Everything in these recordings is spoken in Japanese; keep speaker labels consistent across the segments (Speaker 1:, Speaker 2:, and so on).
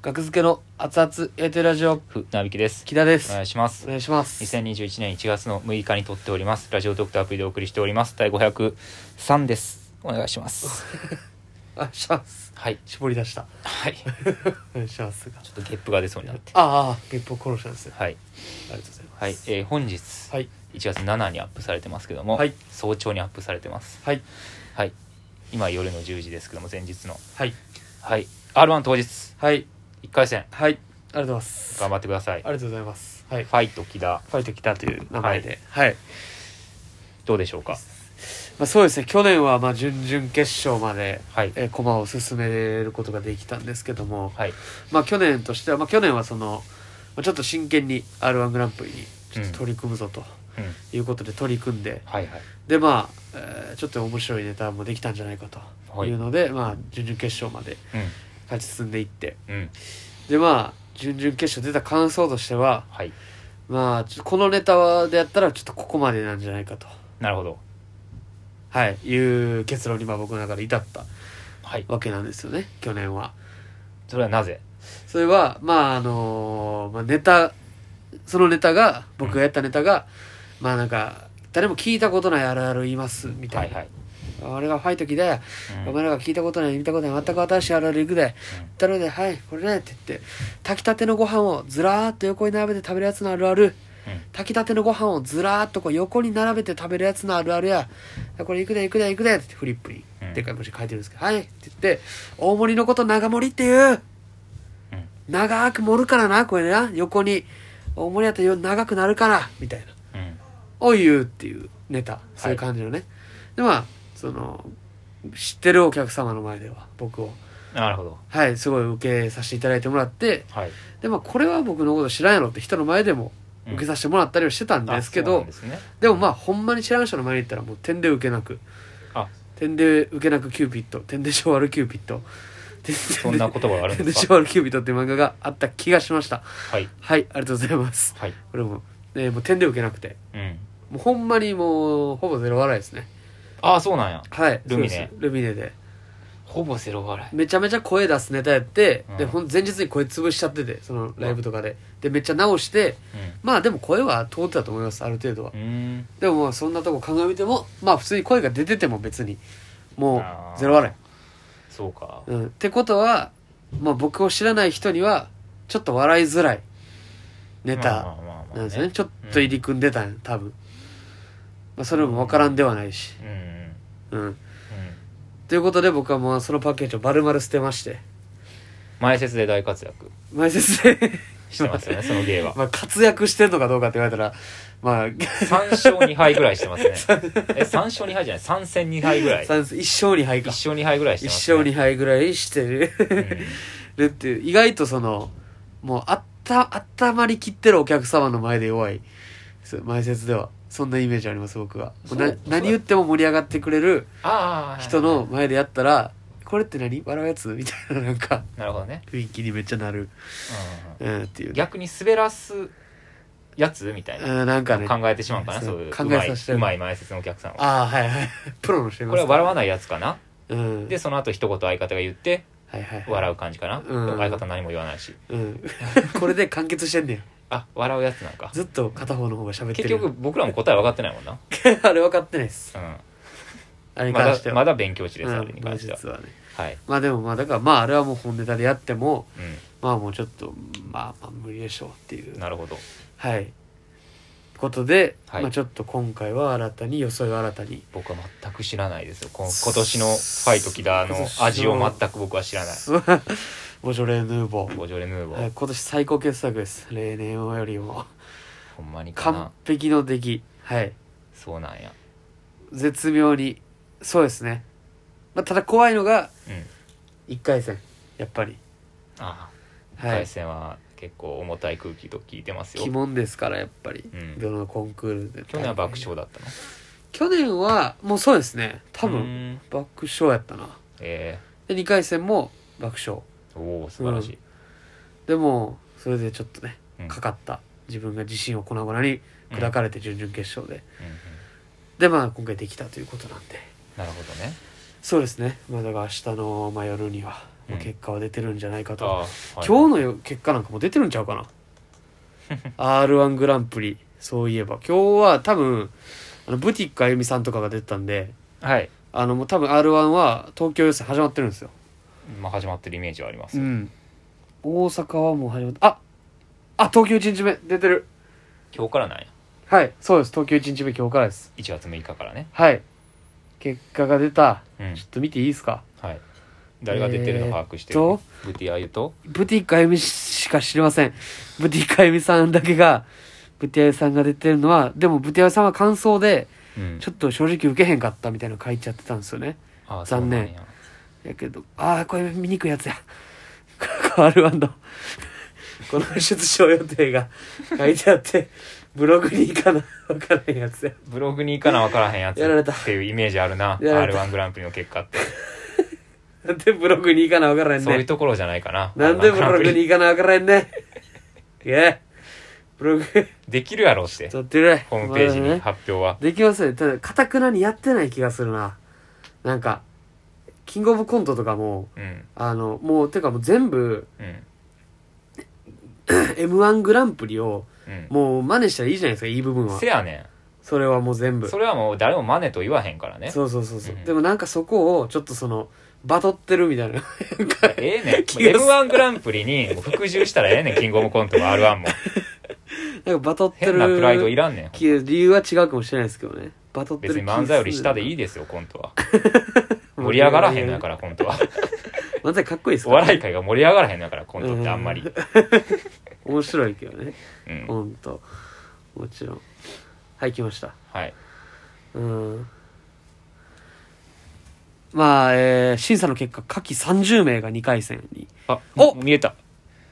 Speaker 1: 学付けの熱々エーテルラジオ
Speaker 2: ふなびきです
Speaker 1: 木田です
Speaker 2: お願いします
Speaker 1: お願いします
Speaker 2: 2021年1月の6日に撮っておりますラジオドクターアプリでお送りしております第503ですお願いします
Speaker 1: お願いします
Speaker 2: はい
Speaker 1: 絞り出した
Speaker 2: はいちょ
Speaker 1: お願いしますが
Speaker 2: っとゲップが出そうになって
Speaker 1: ああゲップを殺したんですね
Speaker 2: はい
Speaker 1: ありがとうございます
Speaker 2: はい、えー本日1
Speaker 1: はい
Speaker 2: 月7にアップされてますけども、
Speaker 1: はい
Speaker 2: 早朝にアップされてます
Speaker 1: はい
Speaker 2: はい今夜の10時ですけども前日の
Speaker 1: はい
Speaker 2: はい r 1当日
Speaker 1: はい
Speaker 2: 1回戦
Speaker 1: はいありがとうございます
Speaker 2: 頑張ってください
Speaker 1: ありがとうございますはい
Speaker 2: ファイト木田
Speaker 1: ファイト来たという名前ではい
Speaker 2: どうでしょうか
Speaker 1: まあそうですね去年はまあ準々決勝まで
Speaker 2: はい
Speaker 1: えー駒を進めることができたんですけども
Speaker 2: はい
Speaker 1: まあ去年としてはまあ去年はそのまあちょっと真剣に r 1グランプリにちょっと取り組むぞと
Speaker 2: うん
Speaker 1: いうことで取り組んで
Speaker 2: はいはい
Speaker 1: でまあ、えーちょっと面白いネタもできたんじゃないかと
Speaker 2: はい
Speaker 1: いうので、まあ準々決勝まで
Speaker 2: う
Speaker 1: 勝ち進んでいって
Speaker 2: んうん
Speaker 1: でまあ準々決勝出た感想としては
Speaker 2: はい
Speaker 1: まあちょこのネタでやったらちょっとここまでなんじゃないかと、
Speaker 2: なるほど
Speaker 1: はい、いう結論にまあ僕の中で至った
Speaker 2: はい
Speaker 1: わけなんですよね去年は。
Speaker 2: それはなぜ
Speaker 1: それはまああのーまあ、ネタそのネタが僕がやったネタが、まあなんか誰も聞いたことないあるある言いますみた
Speaker 2: はいい
Speaker 1: な、
Speaker 2: はい、
Speaker 1: 俺がファイト着で
Speaker 2: う
Speaker 1: お
Speaker 2: ん
Speaker 1: 前らが聞いたことない見たことない全く新しいあるある行くで
Speaker 2: うん
Speaker 1: だので「はいこれね」って言って炊きたてのご飯をずらーっと横に並べて食べるやつのあるある
Speaker 2: うん
Speaker 1: 炊きたてのご飯をずらーっとこう横に並べて食べるやつのあるあるやこれ行くで行くで行くでってフリップに
Speaker 2: うん
Speaker 1: でっかい文字書いてるんですけど「はい」って言って大盛りのこと長盛りっていう
Speaker 2: うん
Speaker 1: 長く盛るからなこれな横に大盛りやったらよ長くなるからみたいな
Speaker 2: うん
Speaker 1: を言うっていうネタそういう感じのね、でまあその知ってるお客様の前では僕を
Speaker 2: なるほど
Speaker 1: はいすごい受けさせていただいてもらって
Speaker 2: はい
Speaker 1: でまあこれは僕のこと知らんやろって人の前でも
Speaker 2: うん
Speaker 1: 受けさせてもらったりはしてたんですけ
Speaker 2: あそう
Speaker 1: ど、
Speaker 2: なんですね
Speaker 1: でもまあほんまに知らん人の前に行ったらもう点で受けなく
Speaker 2: あ
Speaker 1: 点で受けなくキューピッド点で小悪キューピッド点で
Speaker 2: そんな言葉があるん
Speaker 1: 点
Speaker 2: で
Speaker 1: です小
Speaker 2: か
Speaker 1: 悪キューピッドっていう漫画があった気がしました
Speaker 2: はい
Speaker 1: はいありがとうございます
Speaker 2: はい
Speaker 1: これも,、えーもう点で受けなくて
Speaker 2: うん
Speaker 1: もうほんまにもうほぼゼロ笑いですね
Speaker 2: ああそうなんや
Speaker 1: はい
Speaker 2: ルミネ
Speaker 1: そうですルミネで
Speaker 2: ほぼゼロ笑
Speaker 1: めちゃめちゃ声出すネタやって、
Speaker 2: うん
Speaker 1: でほん前日に声潰しちゃっててそのライブとかで、でめっちゃ直して
Speaker 2: い
Speaker 1: まあでも声は通ってたと思いますある程度は、
Speaker 2: うんう
Speaker 1: でもまあそんなとこ鑑みてもまあ普通に声が出てても別にも
Speaker 2: あー
Speaker 1: うゼロ笑
Speaker 2: ーんそうか
Speaker 1: い、うん、ってことは、まあ、僕を知らない人にはちょっと笑いづらいネ
Speaker 2: まあ
Speaker 1: タ
Speaker 2: まあまあまあ
Speaker 1: なんですよね,、ちょっと入り組んでたん多分、まあ、それも分からんではないし
Speaker 2: うんうん
Speaker 1: うん
Speaker 2: うん
Speaker 1: ということで僕はもうそのパッケージを丸々捨てまして
Speaker 2: 前説で大活躍
Speaker 1: 前説で
Speaker 2: してますよ ねその芸は
Speaker 1: まあ活躍してんのかどうかって言われたらまあ
Speaker 2: 3勝2敗ぐらいして ますねえ3勝2敗じゃない3戦2敗ぐら い1
Speaker 1: 三一勝二敗か
Speaker 2: 勝2敗ぐらいして
Speaker 1: 一
Speaker 2: ます、ね、
Speaker 1: 勝二敗ぐらいしてるるっていう意外とそのもうあったあったまりきってるお客様の前で弱いそう前説ではそんなイメージあります僕はもうな
Speaker 2: そうそう
Speaker 1: 何言っても盛り上がってくれる
Speaker 2: ああ
Speaker 1: 人の前でやったら「これって何笑うやつ?」みたいななんか
Speaker 2: なるほどね、
Speaker 1: 雰囲気にめっちゃなる、
Speaker 2: うんうんうん
Speaker 1: うん、っていう、
Speaker 2: 逆に滑らすやつみたいな
Speaker 1: うん、なんかね
Speaker 2: 考えてしまうかな
Speaker 1: そ
Speaker 2: そうういう
Speaker 1: 考
Speaker 2: うま
Speaker 1: え
Speaker 2: い
Speaker 1: させて
Speaker 2: うまい前説のお客さんは
Speaker 1: ああはいはい プロの人い
Speaker 2: こ
Speaker 1: ま
Speaker 2: れ
Speaker 1: す
Speaker 2: は笑わないやつかな
Speaker 1: 笑うん、
Speaker 2: でその後一言相方が言って
Speaker 1: はいはい、はい、
Speaker 2: 笑う感じかな、
Speaker 1: うん
Speaker 2: でも相方何も言わないし
Speaker 1: う、ん、これで完結してんねん
Speaker 2: あ笑うやつなんか
Speaker 1: ずっと片方の方が喋って
Speaker 2: 結
Speaker 1: る
Speaker 2: 局僕らも答え分かってないもんな、
Speaker 1: 局あれ分かってないっす
Speaker 2: う
Speaker 1: あれ
Speaker 2: ん、
Speaker 1: に
Speaker 2: ま
Speaker 1: 関して
Speaker 2: だ
Speaker 1: は
Speaker 2: ま
Speaker 1: だ
Speaker 2: だ勉強中です、あれに関しては
Speaker 1: 実はね
Speaker 2: はい、
Speaker 1: まあでもまあだからまああれはもう本ネタでやっても
Speaker 2: う、
Speaker 1: まあもうちょっとまあまあ無理でしょうっていうん
Speaker 2: なるほど
Speaker 1: はいことで、
Speaker 2: はい
Speaker 1: まあちょっと今回 は新たに装いを新たに
Speaker 2: 僕は全く知らないですよこ今年のファイトキダーの味を全く僕は知らない
Speaker 1: ボジョレ・ヌーボー
Speaker 2: ボジョレ・ヌーボー、
Speaker 1: はい今年最高傑作です例年よりも
Speaker 2: ほんまにかな
Speaker 1: 完璧の出来はい
Speaker 2: そうなんや
Speaker 1: 絶妙にそうですね、まあ、ただ怖いのが
Speaker 2: うん
Speaker 1: 1回戦やっぱり
Speaker 2: ああ、
Speaker 1: はい
Speaker 2: 対戦は結構重たい空気と聞いてますよ
Speaker 1: 鬼門ですからやっぱり、
Speaker 2: うん
Speaker 1: どのコンクールで
Speaker 2: 去年は爆笑だったの
Speaker 1: 去年はもうそうですね多
Speaker 2: う
Speaker 1: 分
Speaker 2: ん
Speaker 1: 爆笑やったな
Speaker 2: え
Speaker 1: で2回戦も爆笑
Speaker 2: えおお素晴らしい、
Speaker 1: でもそれでちょっとね
Speaker 2: うん
Speaker 1: かかった自分が自信を粉々に砕かれて準々決勝で、
Speaker 2: うんうん
Speaker 1: でまあ今回できたということなんで
Speaker 2: なるほどね
Speaker 1: そうですねまあだから明日の、まあ、夜には
Speaker 2: うん
Speaker 1: 結果は出てるんじゃないかと、
Speaker 2: あー、はい、
Speaker 1: 今日のよ結果なんかも出てるんちゃうかな r 1グランプリそういえば今日は多分あのブティックあゆみさんとかが出てたんで
Speaker 2: はい
Speaker 1: あのもう多分 r 1は東京予選始まってるんですよ、
Speaker 2: まあ、始まってるイメージはあります、
Speaker 1: うん大阪はもう始まってああ東京1日目出てる
Speaker 2: 今日からなんや
Speaker 1: はいそうです東京1日目今日からです
Speaker 2: 1月6日からね、
Speaker 1: はい結果が出た
Speaker 2: うん
Speaker 1: ちょっと見ていいですか
Speaker 2: はい、誰が出てるの把握してる、
Speaker 1: えーっと
Speaker 2: ブティアユと
Speaker 1: ブティックあゆみしか知りません。ブティックあゆみさんだけが、ブティあゆさんが出てるのは、でもブティあゆさんは感想で、
Speaker 2: うん
Speaker 1: ちょっと正直受けへんかったみたいなの書いちゃってたんですよね。
Speaker 2: あー
Speaker 1: 残念
Speaker 2: そうなんや
Speaker 1: やけど、ああ、これ見にくいやつや。これ R1 の、この出場予定が書いてあって、ブログに行かな、わからへんやつや。
Speaker 2: ブログに行かな分からへんやつ
Speaker 1: やられた
Speaker 2: っていうイメージあるな
Speaker 1: やられ
Speaker 2: r 1グランプリの結果って
Speaker 1: なんでブログに行かなわからへん
Speaker 2: そうい
Speaker 1: ね
Speaker 2: う。ところじゃないかな
Speaker 1: なんでブログ
Speaker 2: R1 グランプ
Speaker 1: に
Speaker 2: リ
Speaker 1: 行かなわからへんね。いや、ブログ、
Speaker 2: できるやろうして
Speaker 1: 撮ってる。
Speaker 2: ホームページ
Speaker 1: まだ
Speaker 2: に
Speaker 1: ね
Speaker 2: 発表は、
Speaker 1: できますねただかたくなにやってない気がするななんかキングオブコントとかもあのもうてかもう全部
Speaker 2: うんうん
Speaker 1: m 1グランプリを
Speaker 2: うん
Speaker 1: もう真似したらいいじゃないですかいい部分は
Speaker 2: せやね
Speaker 1: それはもう全
Speaker 2: ん
Speaker 1: 部
Speaker 2: それはもう誰も真似と言わへんからね
Speaker 1: そうそうそうそう、
Speaker 2: うん
Speaker 1: でもなんかそこをちょっとそのバトってるみたいななんか
Speaker 2: ええね ん
Speaker 1: 気がする
Speaker 2: m 1グランプリにもう服従したらええねんキングオブコントも r 1も
Speaker 1: なんかバトってる
Speaker 2: 変なプライドいらんねん
Speaker 1: き理由は違うかもしれないですけどねバトってる
Speaker 2: 別に漫才より下でいい
Speaker 1: い
Speaker 2: ですよコントは盛り上がらへんのやからコントは
Speaker 1: 漫才かっこいいです
Speaker 2: お
Speaker 1: からね、
Speaker 2: 笑い界が盛り上がらへんのやからコントってあんまり
Speaker 1: 面白いけどね
Speaker 2: うん
Speaker 1: ほんともちろんはい来ました
Speaker 2: はい
Speaker 1: うんまあ、えー審査の結果、下記30名が2回戦に。
Speaker 2: あ
Speaker 1: お
Speaker 2: 見えた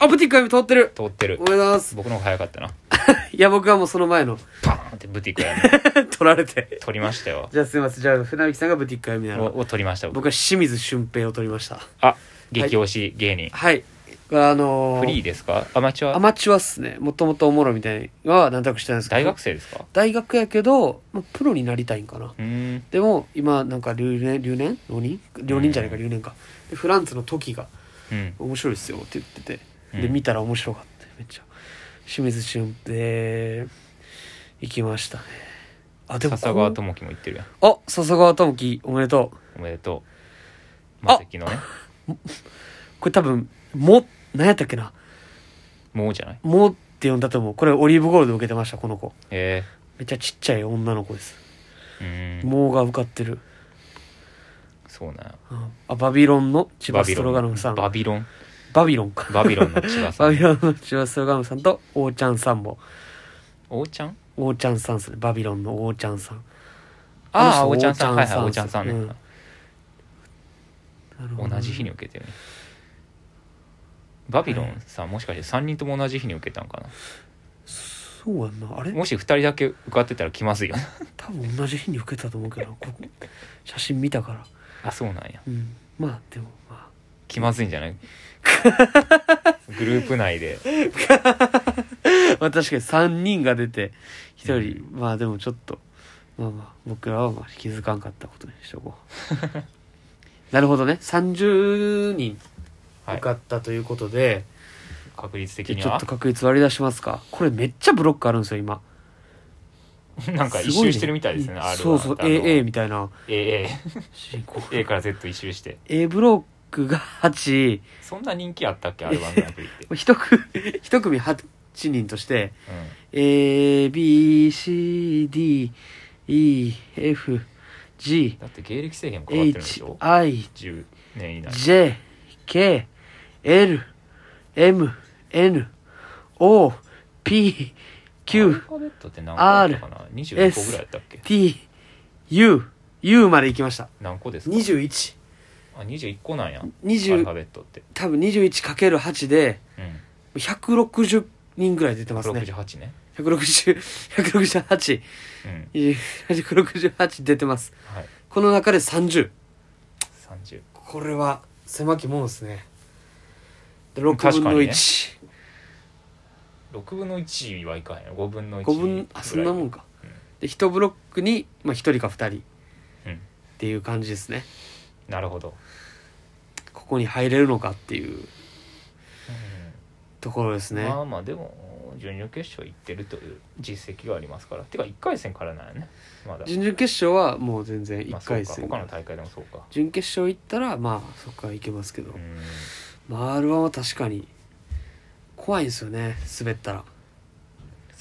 Speaker 1: あ、ブティック M 通ってる
Speaker 2: 通ってる
Speaker 1: おめでとうございます。
Speaker 2: 僕の方が早かったない
Speaker 1: や、僕はもうその前の
Speaker 2: パーンってブティックやね
Speaker 1: 取られて。
Speaker 2: 取りまし たよ
Speaker 1: じゃあすいません。じゃあ、船引さんがブティック M なの。
Speaker 2: をを取りました僕
Speaker 1: 僕は清水俊平を取りました。
Speaker 2: あ激推し芸人
Speaker 1: はい。あのー
Speaker 2: フリーですかアマチュ
Speaker 1: ア
Speaker 2: ア
Speaker 1: マチュアっすね。もともとおもろみたいなのは、なんとなくしてないんですけど。
Speaker 2: 大学生ですか
Speaker 1: 大学やけど、まあ、プロになりたいんかな。
Speaker 2: うーん
Speaker 1: でも、今、なんか留年、留年浪人浪人じゃないか、留年か。で、フランスの時が。
Speaker 2: うん
Speaker 1: 面白いですよって言ってて、
Speaker 2: うん
Speaker 1: で見たら面白かっためっちゃ清水俊平行きましたねあ でも
Speaker 2: 笹川
Speaker 1: こ
Speaker 2: 智樹も言ってるやん
Speaker 1: うあ笹川智樹おめでとう
Speaker 2: おめでとう
Speaker 1: あ
Speaker 2: マセキのね
Speaker 1: これ多分「も」何やったっけな
Speaker 2: もうじゃない
Speaker 1: 「も」って呼んだと思うこれオリーブゴールド受けてましたこの子
Speaker 2: え
Speaker 1: めっちゃちっちゃい女の子です
Speaker 2: え
Speaker 1: 「
Speaker 2: ー、うーん
Speaker 1: も」が受かってる
Speaker 2: そうなんや
Speaker 1: うんあバビロンの千葉ストロガノフさん
Speaker 2: バビロン
Speaker 1: バビロンか
Speaker 2: バビロンの千葉さ
Speaker 1: バ
Speaker 2: ん
Speaker 1: ビロンの千葉ストロガノフさんと王ちゃんさんも
Speaker 2: おーちゃん
Speaker 1: 王ちゃんさんですねバビロンの王ちゃんさん
Speaker 2: ああお
Speaker 1: の
Speaker 2: ー
Speaker 1: 人
Speaker 2: ちゃんさんはいはいお
Speaker 1: 王
Speaker 2: ーちゃんさん
Speaker 1: う
Speaker 2: ね
Speaker 1: なるほ
Speaker 2: 同
Speaker 1: どね
Speaker 2: じ日に受けてるねバビロンさんもしかして3人とも同じ日に受けたんか
Speaker 1: そうやんなあ
Speaker 2: な
Speaker 1: れ
Speaker 2: もし2人だけ受かってたら来ますよ
Speaker 1: 多分同じ日に受けたと思うけどなここ写真見たから
Speaker 2: あそうなんや
Speaker 1: うんまあでもま
Speaker 2: 気まずいん じゃないグループ内で
Speaker 1: あ まあ確かに3人が出て1人、まあでもちょっとまあまあ僕らはまあ気づかんかったことにしとこう なるほどね30人
Speaker 2: はい
Speaker 1: 受かったということで、
Speaker 2: 確率的
Speaker 1: で
Speaker 2: に
Speaker 1: ちょ
Speaker 2: は
Speaker 1: っと確率割り出しますかこれめっちゃブロックあるんですよ今
Speaker 2: なんか一
Speaker 1: すごね
Speaker 2: 周してるみたいですね R は
Speaker 1: そうそう
Speaker 2: あの
Speaker 1: AA みたいな
Speaker 2: AA A からら Z 一周して
Speaker 1: A ブロックが8
Speaker 2: そんな人気あったっけ R1 グランプリって、
Speaker 1: 一組一組8人として
Speaker 2: うん
Speaker 1: ABCDEFGHIJ
Speaker 2: だって芸歴制限も変わってるんでしょ10年以内
Speaker 1: K L M N O P
Speaker 2: ア
Speaker 1: Q
Speaker 2: ルファベットって何個だったかな22個ぐらいだったっけ
Speaker 1: T U U まで行きました
Speaker 2: 何個ですか
Speaker 1: 21
Speaker 2: あ21個なんやアルファ
Speaker 1: 20
Speaker 2: ベットって、
Speaker 1: 多分 21×8 で
Speaker 2: うん、
Speaker 1: 160人ぐらい出てますね
Speaker 2: 68ね
Speaker 1: 160 168
Speaker 2: うん
Speaker 1: 168出てます
Speaker 2: はい
Speaker 1: この中で30
Speaker 2: 30
Speaker 1: これは狭きもんですねで
Speaker 2: うん
Speaker 1: 6分の
Speaker 2: 確かにね
Speaker 1: 1、
Speaker 2: 6分の1はいかへんよ5分の1
Speaker 1: 5分あそんなもん
Speaker 2: か
Speaker 1: か、
Speaker 2: うん
Speaker 1: で1ブロックに、まあ、1人か2人っ
Speaker 2: うん
Speaker 1: ていう感じですね
Speaker 2: なるほど
Speaker 1: ここに入れるのかっていうところですね、
Speaker 2: まあまあでも準々決勝行ってるという実績がありますからてか1回戦からなんやねまだ、
Speaker 1: 準々決勝はもう全然1
Speaker 2: まあ、そう
Speaker 1: 回
Speaker 2: か
Speaker 1: 戦、
Speaker 2: 他の大会でもそうか
Speaker 1: 準決勝行ったらまあそこからいけますけど、
Speaker 2: うん
Speaker 1: まあ r 1は確かに怖いんですよね滑ったら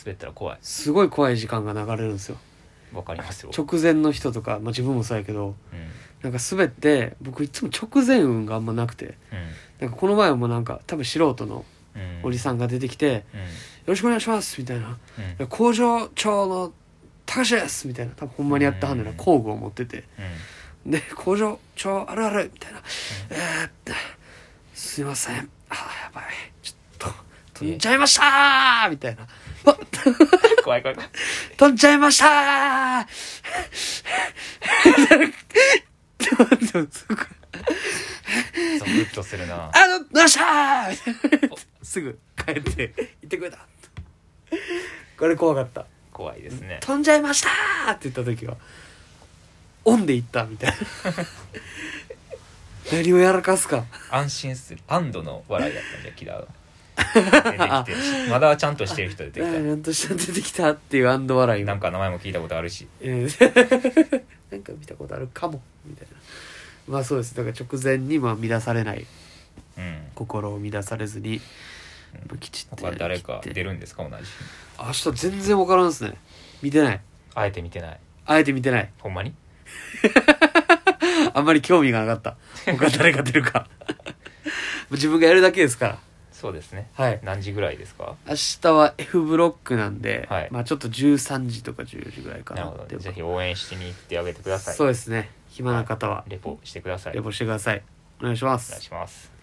Speaker 2: 滑ったら怖い
Speaker 1: すごい怖い時間が流れるんですよ
Speaker 2: わかりますよ、
Speaker 1: 直前の人とか、まあ、自分もそうやけど
Speaker 2: うん
Speaker 1: なんか滑って僕いつも直前運があんまなくてなんかこの前もなんか多分素人の
Speaker 2: うんうん、
Speaker 1: おじさんが出てきて「よ
Speaker 2: うん、
Speaker 1: ろしくお願いします」みたいな
Speaker 2: うんうん
Speaker 1: 「工場長の高橋です」みたいな多分ほんまにやったはんねんな
Speaker 2: うん
Speaker 1: 工具を持っててで「工場長あるある」みたいな「えー、すいませんあーやばいちょっと飛んじゃいましたー」みたいな
Speaker 2: 怖い怖い怖い
Speaker 1: 「飛んじゃいました ー」
Speaker 2: ゾクッとするな
Speaker 1: あの、どうしたーみたいなすぐ帰って、行ってくれた。これ怖かった。
Speaker 2: 怖いですね
Speaker 1: 飛んじゃいましたーって言った時は、オンで行ったみ たいな。何をやらかすか。
Speaker 2: 安心する安堵の笑いだったんじゃキラーが出てきて まだちゃんとしてる
Speaker 1: あ
Speaker 2: 人出てき
Speaker 1: ー
Speaker 2: た
Speaker 1: なんとしたら出てきたっていうアンド笑いを。
Speaker 2: なんか名前も聞いたことあるし
Speaker 1: え ーなんか見たことあるかも、みたいな。まあそうです。だから直前にまあ乱されない、
Speaker 2: うん
Speaker 1: 心を乱されずに、まあきちっと
Speaker 2: 他
Speaker 1: やりきって。
Speaker 2: 誰か出るんですか同じ
Speaker 1: 明日全然わからんですね。見てない。
Speaker 2: あえて見てない
Speaker 1: あえて見てない。
Speaker 2: ほんまに
Speaker 1: あんまり興味がなか った。他誰が出るか。自分がやるだけですから。
Speaker 2: そうですね
Speaker 1: はい。
Speaker 2: 何時ぐらいですか
Speaker 1: 明日は F ブロックなんで、
Speaker 2: はい
Speaker 1: まあちょっと13時とか14時ぐらいか
Speaker 2: な
Speaker 1: な
Speaker 2: る
Speaker 1: っ
Speaker 2: ほ
Speaker 1: て
Speaker 2: ど
Speaker 1: いう
Speaker 2: ぜひ応援してに行ってあげてください
Speaker 1: そうですね。暇な方は、
Speaker 2: レポしてください
Speaker 1: レ
Speaker 2: お
Speaker 1: ポしてください。お願いします
Speaker 2: 願い。します